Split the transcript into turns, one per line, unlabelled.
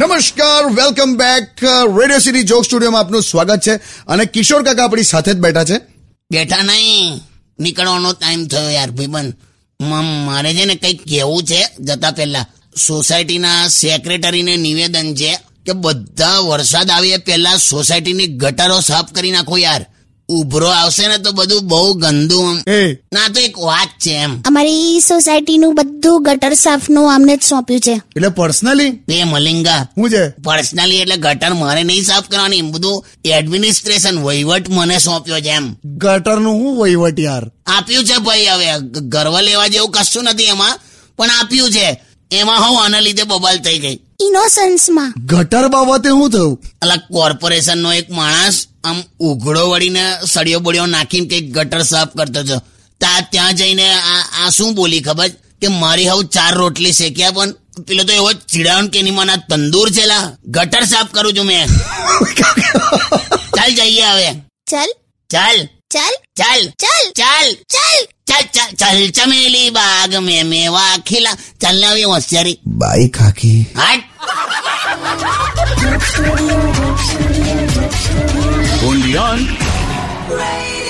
નમસ્કાર uh, welcome back radio city joke સ્ટુડિયોમાં આપનું સ્વાગત છે અને કિશોર કાકા આપણી સાથે જ બેઠા છે
બેઠા નહીં નીકળવાનો ટાઈમ થયો યાર ભાઈબંધ મ- મારે છે ને કંઈક કહેવું છે જતા પહેલા સોસાયટીના સેક્રેટરીને નિવેદન છે કે બધા વરસાદ આવે એ પહેલા સોસાયટીની ગટરો સાફ કરી નાખો યાર ઉભરો આવશે ને તો બધું બહુ ગંદુ આમ.
એ
ના તો એક વાત છે એમ
અમારી સોસાયટીનું બધું ગટર સાફનું અમને જ સોંપ્યું છે
એટલે પર્સનલી
બે મલિંગા
હું છે
પર્સનલી એટલે ગટર મારે નહીં સાફ કરવાની એમ બધું એડમિનિસ્ટ્રેશન વહીવટ મને સોંપ્યો છે એમ
ગટરનું હું વહીવટ યાર
આપ્યું છે ભાઈ હવે ગ- ગર્વ લેવા જેવું કશું નથી એમાં પણ આપ્યું છે એમાં હું આના લીધે બબાલ થઈ ગઈ
ઇનોસન્સમાં
ગટર બાબતે શું થયું
અલા કોર્પોરેશનનો એક માણસ આમ ઉઘડો વળીને સળિયો બળિયો નાખીને કંઈક ગટર સાફ કરતો હતો તા ત્યાં જઈને આ આ શું બોલી ખબર કે મારી હવ ચાર રોટલી શેક્યા પણ પેલો તો એવો ચીડાવન કે એની માના તંદૂર છે લા ગટર સાફ કરું છું મેં ચાલ જઈએ હવે
ચાલ
ચાલ
ચાલ
ચાલ
ચાલ
ચાલ
ચાલ
ચલ ચલ ચલ ચમેલી બાગ મેં મેવા ખીલા ચલ આવી હોશિયારી
bike khaki
Haat
only on
Radio